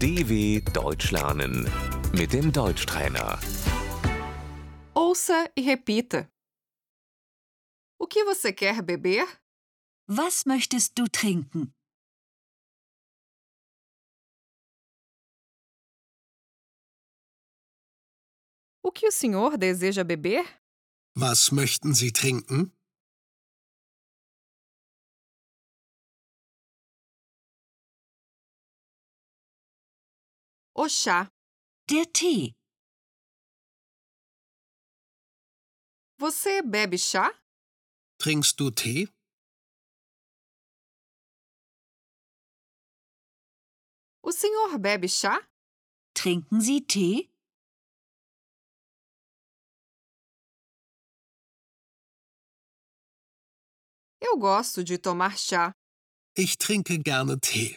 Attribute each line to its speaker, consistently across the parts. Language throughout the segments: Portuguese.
Speaker 1: DW Deutsch lernen mit dem Deutschtrainer.
Speaker 2: Ouça e repita. O que você quer beber?
Speaker 3: Was möchtest du trinken?
Speaker 2: O que o senhor deseja beber?
Speaker 4: Was möchten Sie trinken?
Speaker 2: O chá.
Speaker 3: Der Tee.
Speaker 2: Você bebe chá?
Speaker 4: Trinkst du Tee?
Speaker 2: O senhor bebe chá?
Speaker 3: Trinken Sie Tee?
Speaker 2: Eu gosto de tomar chá.
Speaker 4: Ich trinke gerne Tee.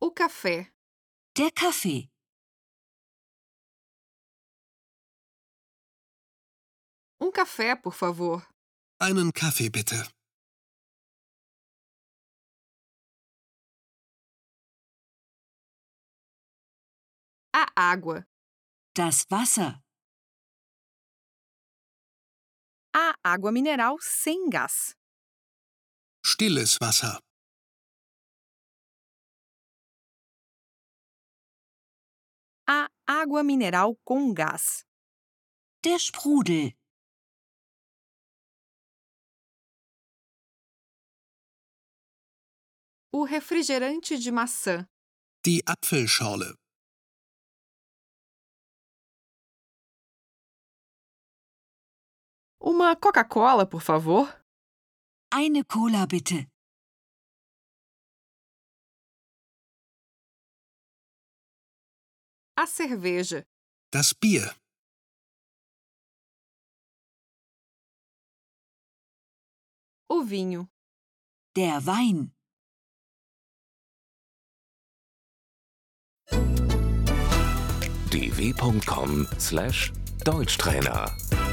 Speaker 2: O café.
Speaker 3: Der Kaffee.
Speaker 2: Um café, por favor.
Speaker 4: Einen Kaffee bitte.
Speaker 2: A água.
Speaker 3: Das Wasser.
Speaker 2: A água mineral sem gás.
Speaker 4: Stilles Wasser.
Speaker 2: A água mineral com gás.
Speaker 3: Der Sprudel.
Speaker 2: O refrigerante de maçã.
Speaker 4: Die Apfelschorle.
Speaker 2: Uma Coca-Cola, por favor.
Speaker 3: Eine Cola bitte.
Speaker 2: A cerveja.
Speaker 4: Das Bier.
Speaker 2: O vinho.
Speaker 3: Der Wein.
Speaker 1: dw.com/deutschtrainer